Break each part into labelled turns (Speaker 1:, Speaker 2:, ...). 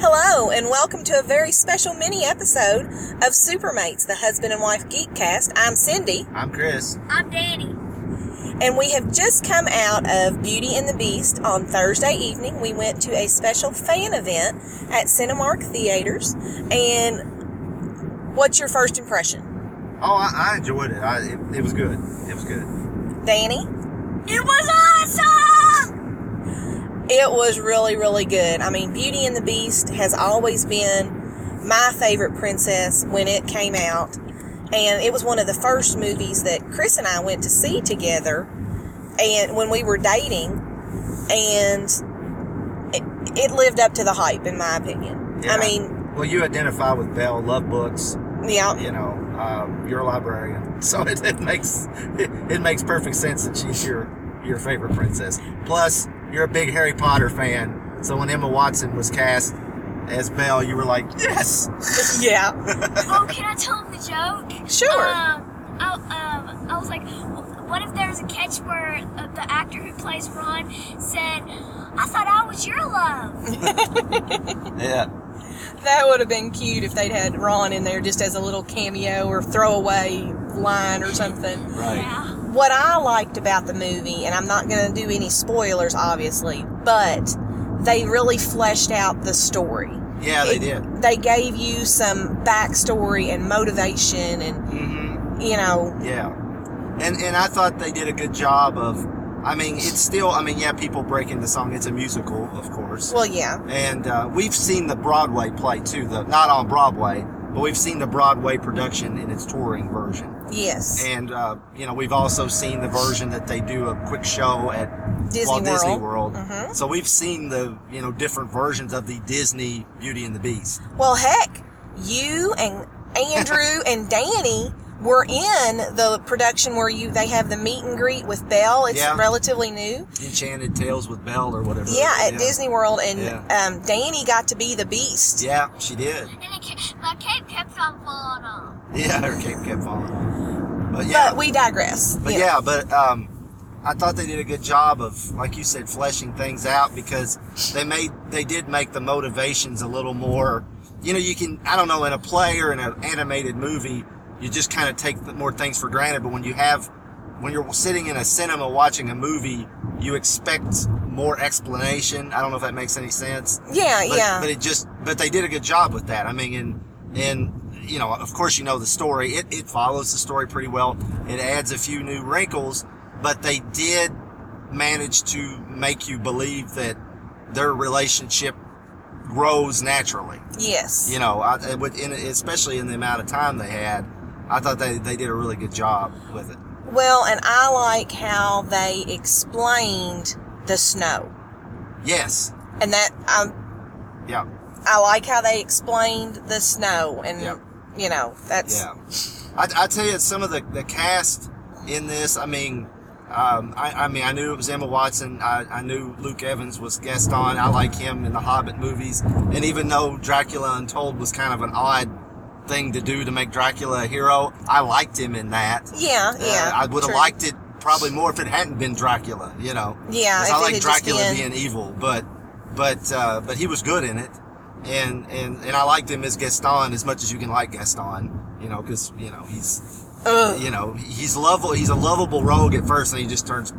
Speaker 1: Hello, and welcome to a very special mini episode of Supermates, the husband and wife geekcast. I'm Cindy,
Speaker 2: I'm Chris.
Speaker 3: I'm Danny.
Speaker 1: and we have just come out of Beauty and the Beast on Thursday evening. We went to a special fan event at Cinemark Theaters. And what's your first impression,
Speaker 2: Oh, I, I enjoyed it. I, it. It was good. It was good.
Speaker 1: Danny?
Speaker 3: It was awesome!
Speaker 1: It was really, really good. I mean, Beauty and the Beast has always been my favorite princess when it came out. And it was one of the first movies that Chris and I went to see together and when we were dating. And it, it lived up to the hype, in my opinion.
Speaker 2: Yeah.
Speaker 1: I mean,
Speaker 2: Well, you identify with Belle, love books.
Speaker 1: yeah,
Speaker 2: You know, um, you're a librarian, so it, it makes it, it makes perfect sense that she's your your favorite princess. Plus, you're a big Harry Potter fan, so when Emma Watson was cast as Belle, you were like, yes.
Speaker 1: yeah,
Speaker 3: oh, can I tell him the joke?
Speaker 1: sure.
Speaker 3: Um, I, um, I was like, what if there's a catch where uh, the actor who plays Ron said, I thought I was your love?
Speaker 2: Yeah.
Speaker 1: That would have been cute if they'd had Ron in there just as a little cameo or throwaway line or something.
Speaker 2: Right.
Speaker 3: Yeah.
Speaker 1: what I liked about the movie, and I'm not going to do any spoilers, obviously, but they really fleshed out the story.
Speaker 2: Yeah, they did.
Speaker 1: They gave you some backstory and motivation, and
Speaker 2: Mm-hmm.
Speaker 1: you know,
Speaker 2: Yeah, and and I thought they did a good job of. I mean, it's still. I mean, yeah, people break into song. It's a musical, of course.
Speaker 1: well, yeah,
Speaker 2: And uh, we've seen the Broadway play too. The not on Broadway, but we've seen the Broadway production in its touring version.
Speaker 1: yes,
Speaker 2: And uh, you know, we've also seen the version that they do a quick show at
Speaker 1: Disney
Speaker 2: Walt
Speaker 1: World.
Speaker 2: Disney World.
Speaker 1: Mhm.
Speaker 2: So we've seen the you know different versions of the Disney Beauty and the Beast.
Speaker 1: Well, heck, you and Andrew and Danny were in the production where you they have the meet and greet with Belle. It's
Speaker 2: Yeah.
Speaker 1: relatively new.
Speaker 2: Enchanted Tales with Belle or whatever.
Speaker 1: Yeah, at Disney World, and
Speaker 2: Yeah.
Speaker 1: um, Danny got to be the Beast.
Speaker 2: Yeah, she did.
Speaker 3: And it, ca- my cape kept on falling off.
Speaker 2: Yeah, her cape kept falling. off. But yeah,
Speaker 1: But we digress.
Speaker 2: but yeah, but um, I thought they did a good job of, like you said, fleshing things out because they made they did make the motivations a little more. You know, you can I don't know in a play or in an animated movie, you just kind of take the more things for granted. But when you have when you're sitting in a cinema watching a movie, you expect more explanation. I don't know if that makes any sense.
Speaker 1: Yeah,
Speaker 2: But,
Speaker 1: yeah.
Speaker 2: But it just, but they did a good job with that. I mean, and and you know, of course, you know the story. It it follows the story pretty well. It adds a few new wrinkles, but they did manage to make you believe that their relationship grows naturally.
Speaker 1: yes.
Speaker 2: You know, I, it would- in, especially in the amount of time they had, I thought they, they did a really good job with it.
Speaker 1: Well, and I like how they explained the snow.
Speaker 2: Yes.
Speaker 1: And that um
Speaker 2: Yeah.
Speaker 1: I like how they explained the snow and
Speaker 2: Yeah.
Speaker 1: you know, that's
Speaker 2: Yeah, I, I tell you, some of the, the cast in this. I mean, um, I, I mean, I knew it was Emma Watson. I, I knew Luke Evans was guest on. I like him in the Hobbit movies, and even though Dracula Untold was kind of an odd thing to do to make Dracula a hero, I liked him in that.
Speaker 1: yeah,
Speaker 2: Uh,
Speaker 1: yeah.
Speaker 2: I would have
Speaker 1: true.
Speaker 2: liked it probably more if it hadn't been Dracula. You know.
Speaker 1: Yeah,
Speaker 2: 'Cause
Speaker 1: if
Speaker 2: I
Speaker 1: it
Speaker 2: like
Speaker 1: had just
Speaker 2: Dracula
Speaker 1: been-
Speaker 2: being evil, but but uh, but he was good in it, and and and I liked him as Gaston as much as you can like Gaston, you know, because you know he's
Speaker 1: Ugh.
Speaker 2: you know he's lovable, he's a lovable rogue at first, and he just turns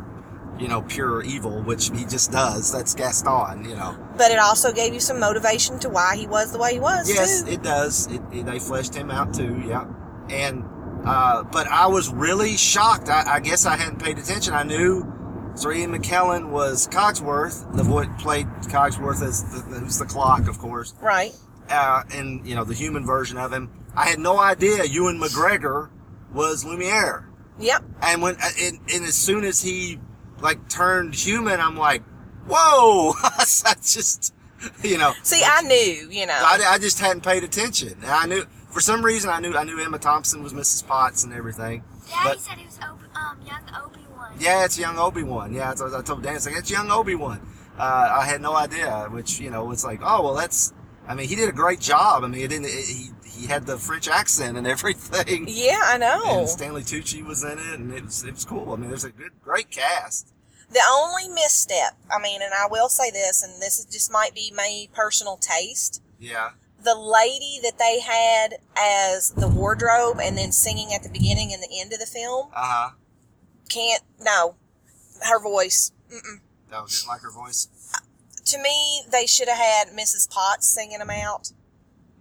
Speaker 2: you know pure evil, which he just does. That's Gaston, you know.
Speaker 1: But it also gave you some motivation to why he was the way he was
Speaker 2: Yes,
Speaker 1: too.
Speaker 2: it does. It, it, they fleshed him out too. Yeah, and uh, but I was really shocked. I, I guess I hadn't paid attention. I knew Sir Ian McKellen was Cogsworth, the voice played Cogsworth as the, who's the clock, of course,
Speaker 1: Right.
Speaker 2: uh, and you know the human version of him. I had no idea Ewan McGregor was Lumiere.
Speaker 1: Yep.
Speaker 2: And when uh, and, and as soon as he like turned human, I'm like, whoa! I just you know.
Speaker 1: See, I knew, you know.
Speaker 2: I, I just hadn't paid attention. And I knew for some reason I knew I knew Emma Thompson was Mrs. Potts and everything.
Speaker 3: Daddy
Speaker 2: But-
Speaker 3: said he was Ob- um, young Obi-Wan.
Speaker 2: Yeah, it's young Obi Wan. Yeah, that's what I told Dan. It's like it's young Obi Wan. Uh, I had no idea, which you know, it's like oh well, that's. I mean, he did a great job. I mean, it didn't. It, he he had the French accent and everything.
Speaker 1: yeah, I know.
Speaker 2: And Stanley Tucci was in it, and it was it was cool. I mean, there's a good great cast.
Speaker 1: The only misstep, I mean, and I will say this, and this is, just might be my personal taste,
Speaker 2: Yeah.
Speaker 1: the lady that they had as the wardrobe and then singing at the beginning and the end of the film
Speaker 2: Uh huh.
Speaker 1: can't no her voice mm-mm.
Speaker 2: No, didn't like her voice.
Speaker 1: to me they should have had mrs potts singing them out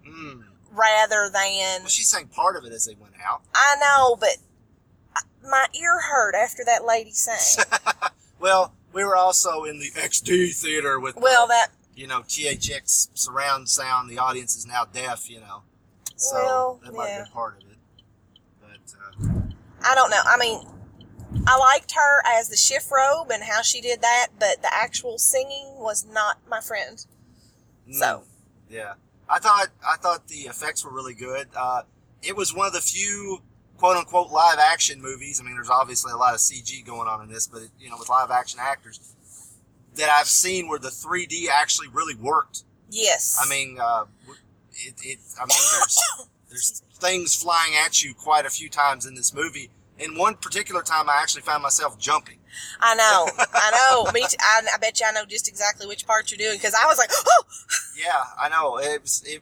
Speaker 2: Mm.
Speaker 1: rather than
Speaker 2: Well, she sang part of it as they went out.
Speaker 1: i know but I- my ear hurt after that lady sang
Speaker 2: Well, we were also in the XD theater with
Speaker 1: well
Speaker 2: the,
Speaker 1: that
Speaker 2: you know THX surround sound. The audience is now deaf. You know, so
Speaker 1: Well,
Speaker 2: that might
Speaker 1: yeah.
Speaker 2: have been part of it. But uh,
Speaker 1: i don't know i mean i liked her as the shift robe and how she did that but the actual singing was not my friend So.
Speaker 2: mm, yeah, I thought I thought the effects were really good. Uh, it was one of the few quote unquote live action movies. I mean, there's obviously a lot of CG going on in this, but it, you know, with live action actors that I've seen where the 3D actually really worked.
Speaker 1: yes
Speaker 2: I mean, uh, it, it. I mean, there's there's things flying at you quite a few times in this movie. In one particular time, I actually found myself jumping.
Speaker 1: I know, I know. Me, t- I, I bet you I know just exactly which part you're doing because I was like, oh,
Speaker 2: Yeah, I know. It was it.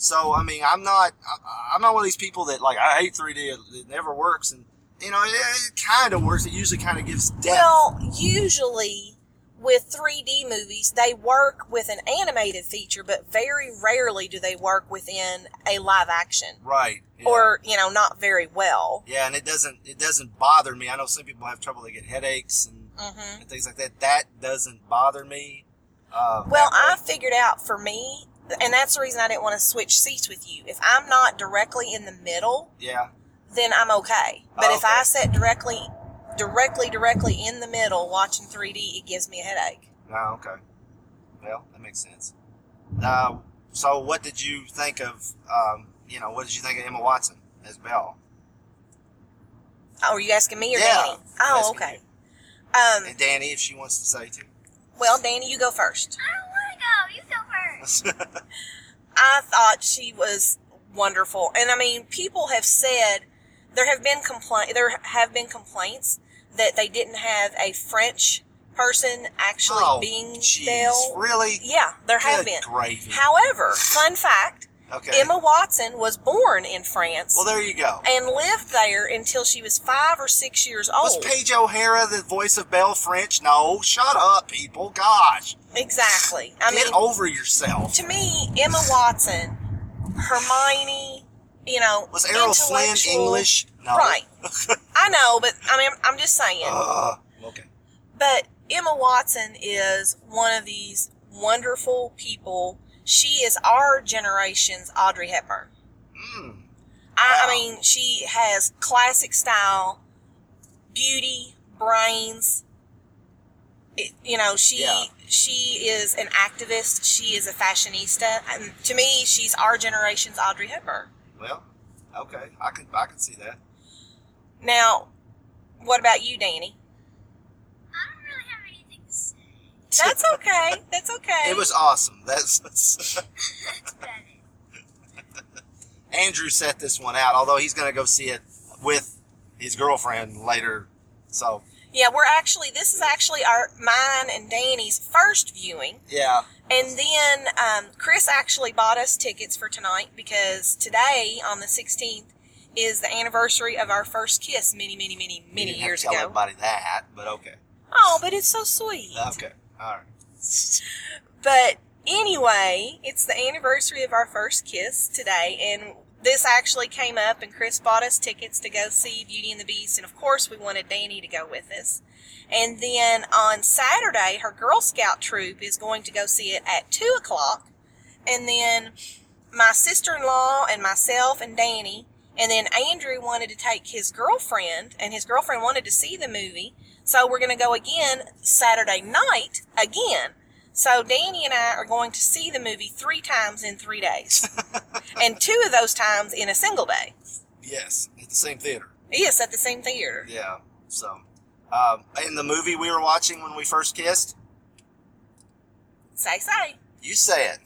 Speaker 2: So I mean, I'm not. I, I'm not one of these people that like I hate 3D. It, it never works, and you know, it, it kind of works. It usually kind of gives depth.
Speaker 1: well. Usually with 3D movies, they work with an animated feature, but very rarely do they work within a live action,
Speaker 2: right. yeah.
Speaker 1: or you know, not very well.
Speaker 2: yeah, and it doesn't. It doesn't bother me. I know some people have trouble. They get headaches and,
Speaker 1: hmm
Speaker 2: and things like that. That doesn't bother me. Uh,
Speaker 1: Well,
Speaker 2: that way.
Speaker 1: I figured out for me, and that's the reason I didn't want to switch seats with you. If I'm not directly in the middle,
Speaker 2: yeah.
Speaker 1: then I'm okay. But
Speaker 2: Oh,
Speaker 1: if I
Speaker 2: okay.
Speaker 1: sit directly, directly, directly in the middle watching 3D, it gives me a headache.
Speaker 2: Oh, okay. Well, that makes sense. Uh, so, what did you think of, um, you know, what did you think of Emma Watson as Belle?
Speaker 1: Oh, are you asking me or
Speaker 2: Yeah,
Speaker 1: Danny? Oh,
Speaker 2: Asking
Speaker 1: okay.
Speaker 2: you.
Speaker 1: Um,
Speaker 2: And Danny, if she wants to say too.
Speaker 1: well, Danny, you go first.
Speaker 3: I don't want to go. You go first.
Speaker 1: I thought she was wonderful, and I mean, people have said there have been complaint there have been complaints that they didn't have a French person actually
Speaker 2: oh,
Speaker 1: being
Speaker 2: jeez,
Speaker 1: Belle.
Speaker 2: really?
Speaker 1: Yeah, there have
Speaker 2: Good
Speaker 1: been.
Speaker 2: gravy.
Speaker 1: However, fun fact:
Speaker 2: okay.
Speaker 1: Emma Watson was born in France
Speaker 2: Well, there you go.
Speaker 1: and lived there until she was five or six years
Speaker 2: Was
Speaker 1: old.
Speaker 2: Paige O'Hara the voice of Belle French? No, shut up, people. Gosh,
Speaker 1: exactly. I
Speaker 2: get
Speaker 1: mean,
Speaker 2: over yourself.
Speaker 1: to me, Emma Watson, Hermione, you know,
Speaker 2: Was Errol Flynn
Speaker 1: intellectual-
Speaker 2: English? No.
Speaker 1: Right. I know, but I mean, I'm just saying.
Speaker 2: Ugh. okay.
Speaker 1: But Emma Watson is one of these wonderful people. She is our generation's Audrey Hepburn.
Speaker 2: Mm,
Speaker 1: I, I
Speaker 2: Wow.
Speaker 1: mean, she has classic style, beauty, brains. It, you know, she
Speaker 2: Yeah.
Speaker 1: she is an activist. She is a fashionista. And to me, she's our generation's Audrey Hepburn.
Speaker 2: well, okay. I can I can see that.
Speaker 1: Now, what about you, Danny?
Speaker 3: I don't really have anything to say
Speaker 1: That's okay. That's okay.
Speaker 2: It was awesome. That's, that's
Speaker 3: about it.
Speaker 2: Andrew set this one out, although he's going to go see it with his girlfriend later. So
Speaker 1: yeah. We're actually this is actually our mine and Danny's first viewing.
Speaker 2: yeah,
Speaker 1: And then um, Chris actually bought us tickets for tonight because today on the 16th is the anniversary of our first kiss many, many, many,
Speaker 2: we
Speaker 1: many
Speaker 2: didn't have
Speaker 1: years
Speaker 2: to tell
Speaker 1: ago.
Speaker 2: everybody that, but okay,
Speaker 1: Oh, but it's so sweet.
Speaker 2: okay, all right.
Speaker 1: But anyway, it's the anniversary of our first kiss today, and this actually came up, and Chris bought us tickets to go see Beauty and the Beast, and of course, we wanted Danny to go with us. And then on Saturday, her Girl Scout troop is going to go see it at 2 o'clock, and then my sister in law, and myself, and Danny. And then Andrew wanted to take his girlfriend, and his girlfriend wanted to see the movie. So we're going to go again Saturday night again. So Danny and I are going to see the movie three times in three days, and two of those times in a single day.
Speaker 2: Yes, at the same theater.
Speaker 1: Yes, at the same theater.
Speaker 2: Yeah. So, um, in the movie we were watching when we first kissed,
Speaker 1: Say say,
Speaker 2: you said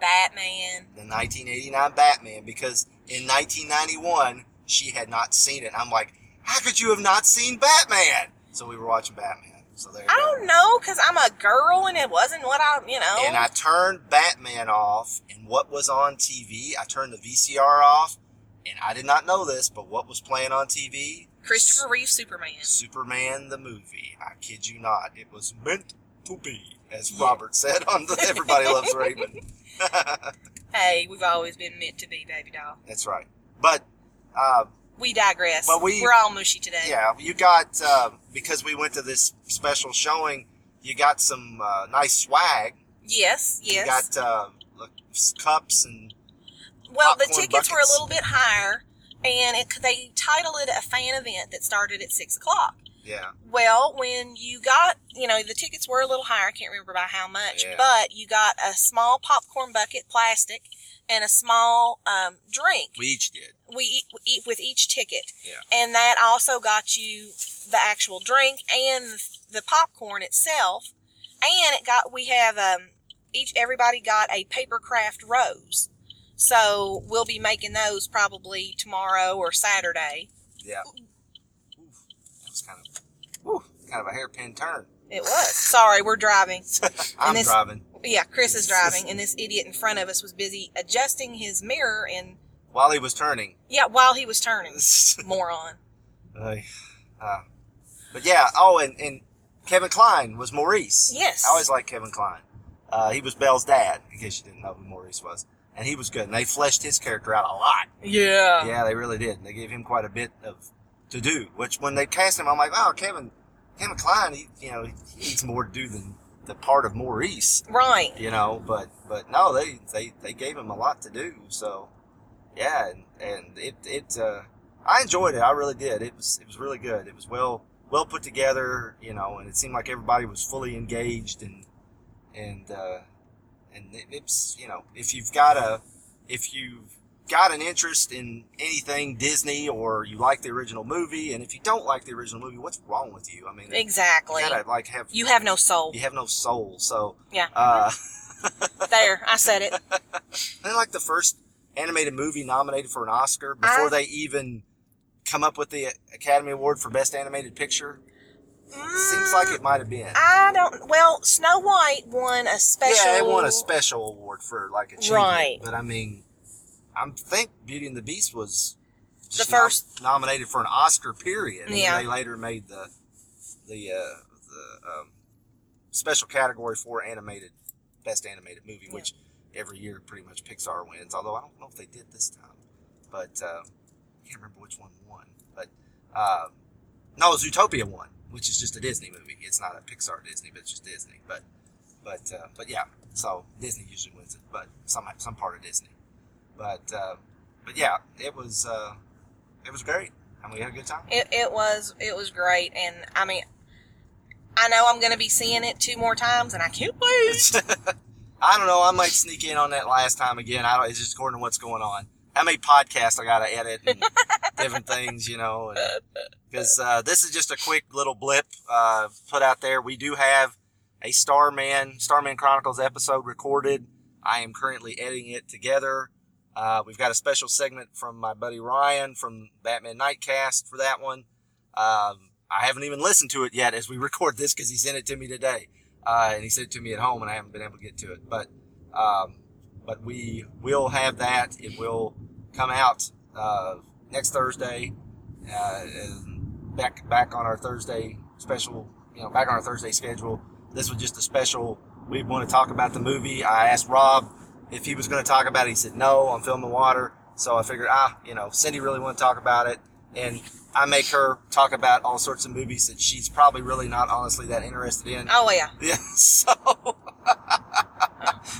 Speaker 1: Batman.
Speaker 2: the 1989 Batman because in 1991 she had not seen it. I'm like, how could you have not seen Batman? So we were watching Batman. So there. you
Speaker 1: I
Speaker 2: go.
Speaker 1: don't know because I'm a girl and it wasn't what I, you know.
Speaker 2: And I turned Batman off, and what was on TV, I turned the VCR off, and I did not know this, but what was playing on TV?
Speaker 1: Christopher Reeve Superman.
Speaker 2: Superman the movie. I kid you not. It was meant to be, as Robert said on the Everybody Loves Raymond.
Speaker 1: Hey, we've always been meant to be, baby doll.
Speaker 2: That's right. But uh,
Speaker 1: We digress.
Speaker 2: But we-
Speaker 1: are all mushy today.
Speaker 2: yeah, you got uh, because we went to this special showing, you got some uh, nice swag.
Speaker 1: Yes, yes.
Speaker 2: You got uh, look, cups and
Speaker 1: well, the
Speaker 2: popcorn
Speaker 1: tickets were a
Speaker 2: buckets.
Speaker 1: little bit higher, and it, they titled it a fan event that started at 6 o'clock.
Speaker 2: yeah,
Speaker 1: Well, when you got, you know, the tickets were a little higher. I can't remember by how much,
Speaker 2: Yeah.
Speaker 1: but you got a small popcorn bucket, plastic, and a small um, drink.
Speaker 2: we each did.
Speaker 1: we eat, we eat with each ticket.
Speaker 2: Yeah.
Speaker 1: And that also got you the actual drink and the popcorn itself. And it got we have um each everybody got a paper craft rose. So we'll be making those probably tomorrow or Saturday.
Speaker 2: Yeah. Oof, that was kind of, whew, kind of a hairpin turn.
Speaker 1: It was. Sorry, we're driving.
Speaker 2: I'm
Speaker 1: this-
Speaker 2: driving.
Speaker 1: Yeah, Chris is driving and this idiot in front of us was busy adjusting his mirror and
Speaker 2: While he was turning.
Speaker 1: yeah, while he was turning. Moron.
Speaker 2: Ay, uh, but yeah, oh, and, and Kevin Klein was Maurice.
Speaker 1: Yes.
Speaker 2: I always liked Kevin Klein. Uh, he was Belle's dad, in case you didn't know who Maurice was. And he was good. And they fleshed his character out a lot.
Speaker 1: Yeah.
Speaker 2: Yeah, they really did. And they gave him quite a bit of to do, which when they cast him, I'm like, oh, Kevin, Kevin Klein, he, you know, he needs more to do than the part of Maurice.
Speaker 1: Right.
Speaker 2: you know but but no they they, they gave him a lot to do so yeah and, and it it uh, i enjoyed it i really did it was it was really good it was well well put together you know and it seemed like everybody was fully engaged and and uh, and it, it's you know if you've got a if you've got an interest in anything disney or you like the original movie and if you don't like the original movie what's wrong with you i mean you
Speaker 1: Exactly.
Speaker 2: gotta like have
Speaker 1: You have no soul.
Speaker 2: you have no soul so
Speaker 1: Yeah.
Speaker 2: uh
Speaker 1: There, I said it.
Speaker 2: Isn't it like the first animated movie nominated for an Oscar before
Speaker 1: I-
Speaker 2: they even come up with the Academy Award for Best Animated Picture? Seems like it might have been.
Speaker 1: Mm, I don't. Well, Snow White won a special.
Speaker 2: Yeah, it won a special award for like achievement.
Speaker 1: Right.
Speaker 2: But I mean, I think Beauty and the Beast was
Speaker 1: The
Speaker 2: just
Speaker 1: first-
Speaker 2: nom- nominated for an Oscar. Period. And
Speaker 1: Yeah.
Speaker 2: They later made the the uh, the um, special category for animated best animated movie,
Speaker 1: Yeah.
Speaker 2: which every year pretty much Pixar wins. Although I don't know if they did this time, but uh, I can't remember which one won. But uh, no, Zootopia won, which is just a Disney movie. It's not a Pixar Disney, but it's just Disney. But but uh, but yeah, so Disney usually wins it, but some some part of Disney. But uh, but yeah, it was uh, it was great, and we had a good time.
Speaker 1: It, it was. It was great, and I mean, I know I'm going to be seeing it two more times, and I can't wait.
Speaker 2: I don't know. I might sneak in on that last time again. I don't. It's just according to what's going on. How many podcasts I got to edit and different things, you know? Because uh, this is just a quick little blip uh, put out there. We do have a Starman Starman Chronicles episode recorded. I am currently editing it together. Uh, we've got a special segment from my buddy Ryan from Batman Nightcast for that one. Um, I haven't even listened to it yet as we record this because he sent it to me today, uh, and he sent it to me at home, and I haven't been able to get to it. But um, but we will have that. It will come out uh, next Thursday. Uh, and back back on our Thursday special, you know, back on our Thursday schedule. This was just a special. We want to talk about the movie. I asked Rob if he was going to talk about it. He said no. I'm filming water, so I figured ah, you know, Cindy really want to talk about it, and I make her talk about all sorts of movies that she's probably really not honestly that interested in.
Speaker 1: oh yeah,
Speaker 2: Yeah, so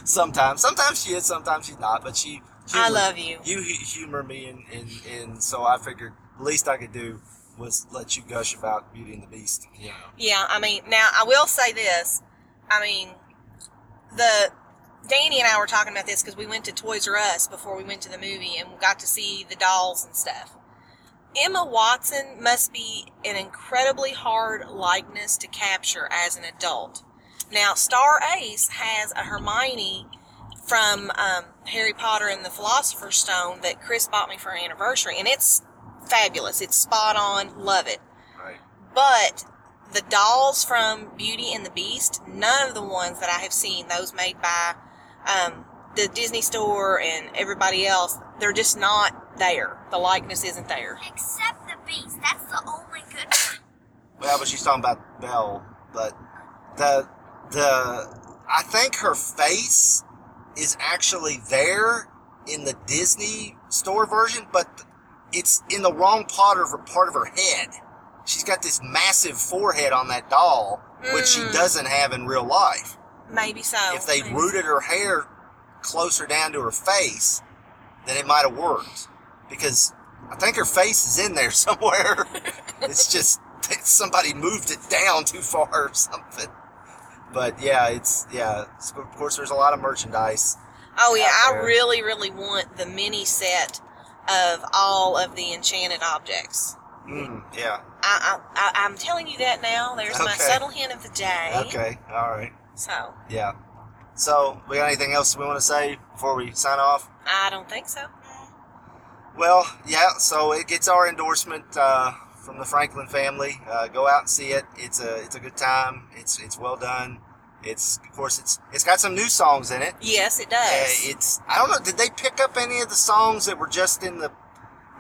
Speaker 2: sometimes, sometimes she is, sometimes she's not. But she,
Speaker 1: I love you.
Speaker 2: you. hu- humor me, and, and and so I figured the least I could do was let you gush about Beauty and the Beast. You know,
Speaker 1: Yeah, I mean, now I will say this. I mean, the Danny and I were talking about this because we went to Toys R Us before we went to the movie and got to see the dolls and stuff. Emma Watson must be an incredibly hard likeness to capture as an adult. Now, Star Ace has a Hermione from um, Harry Potter and the Philosopher's Stone that Chris bought me for our anniversary, and it's fabulous. It's spot on. Love it
Speaker 2: right?
Speaker 1: but the dolls from Beauty and the Beast, none of the ones that I have seen, those made by um, the Disney store and everybody else, they're just not there. The likeness isn't there.
Speaker 3: Except the beast. That's the only good one.
Speaker 2: Well, but she's talking about Belle. But the the I think her face is actually there in the Disney store version, but it's in the wrong part of her part of her head. She's got this massive forehead on that doll, which she
Speaker 1: Mm.
Speaker 2: doesn't have in real life.
Speaker 1: Maybe so.
Speaker 2: if they
Speaker 1: Maybe
Speaker 2: rooted her hair closer down to her face, then it might have worked. Because I think her face is in there somewhere. it's just that somebody moved it down too far or something. But yeah, it's yeah. it's- Of course, there's a lot of merchandise.
Speaker 1: Oh yeah,
Speaker 2: out
Speaker 1: I
Speaker 2: there.
Speaker 1: really, really want the mini set of all of the enchanted objects.
Speaker 2: Mm, yeah.
Speaker 1: I, I, I I'm telling you that now. There's my
Speaker 2: Okay.
Speaker 1: subtle hint of the day.
Speaker 2: Okay. All right.
Speaker 1: So
Speaker 2: Yeah. So, we got anything else we want to say before we sign off?
Speaker 1: I don't think so.
Speaker 2: Well, yeah. So it gets our endorsement uh, from the Franklin family. Uh, go out and see it. It's a it's a good time. It's it's well done. It's of course it's it's got some new songs in it.
Speaker 1: Yes, it
Speaker 2: Uh,
Speaker 1: does.
Speaker 2: it's I don't know. Did they pick up any of the songs that were just in the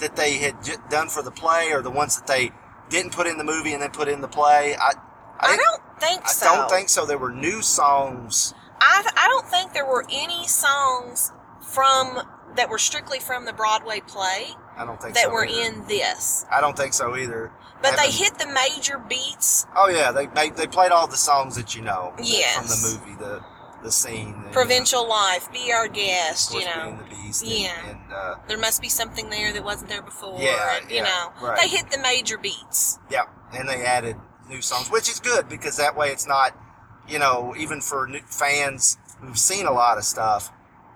Speaker 2: that they had j- done for the play, or the ones that they didn't put in the movie and then put in the play? I I,
Speaker 1: I
Speaker 2: didn't-
Speaker 1: don't think
Speaker 2: I
Speaker 1: so.
Speaker 2: don't think so. There were new songs.
Speaker 1: I, I don't think there were any songs from that were strictly from the Broadway play
Speaker 2: I don't think
Speaker 1: that
Speaker 2: so
Speaker 1: were
Speaker 2: either.
Speaker 1: in this.
Speaker 2: I don't think so either.
Speaker 1: But they
Speaker 2: Haven't-
Speaker 1: hit the major beats.
Speaker 2: Oh yeah, they, they they played all the songs that you know from
Speaker 1: Yes.
Speaker 2: the movie, the the scene, the,
Speaker 1: Provincial life, be our
Speaker 2: of
Speaker 1: guest.
Speaker 2: course,
Speaker 1: You know.
Speaker 2: Beauty and the Beast,
Speaker 1: Yeah.
Speaker 2: and, and uh,
Speaker 1: there must be something there that wasn't there before.
Speaker 2: Yeah,
Speaker 1: and, you
Speaker 2: yeah,
Speaker 1: know,
Speaker 2: right.
Speaker 1: they hit the major beats.
Speaker 2: yeah, and they added new songs, which is good because that way it's not, you know, even for new fans who've seen a lot of stuff,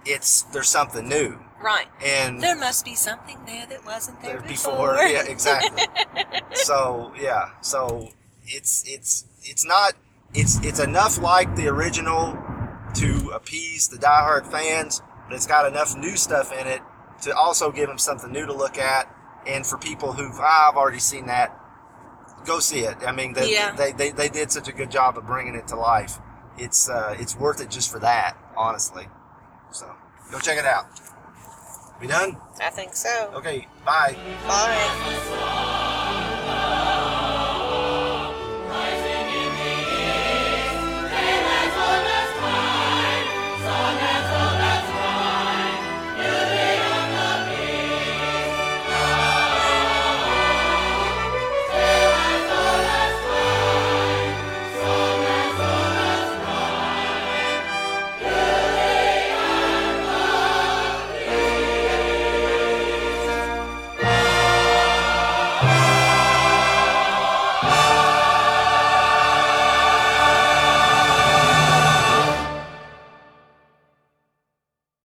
Speaker 2: it's there's something new
Speaker 1: Right.
Speaker 2: and
Speaker 1: There must be something there that wasn't there,
Speaker 2: there before, yeah, exactly. so yeah, so it's it's it's not it's it's enough like the original to appease the diehard fans, but it's got enough new stuff in it to also give them something new to look at, and for people who've ah, I've already seen that, go see it. I mean, they,
Speaker 1: Yeah.
Speaker 2: they, they they did such a good job of bringing it to life. It's uh, it's worth it just for that, honestly. So go check it out. We done?
Speaker 1: I think so.
Speaker 2: Okay, bye.
Speaker 1: Bye.
Speaker 3: Before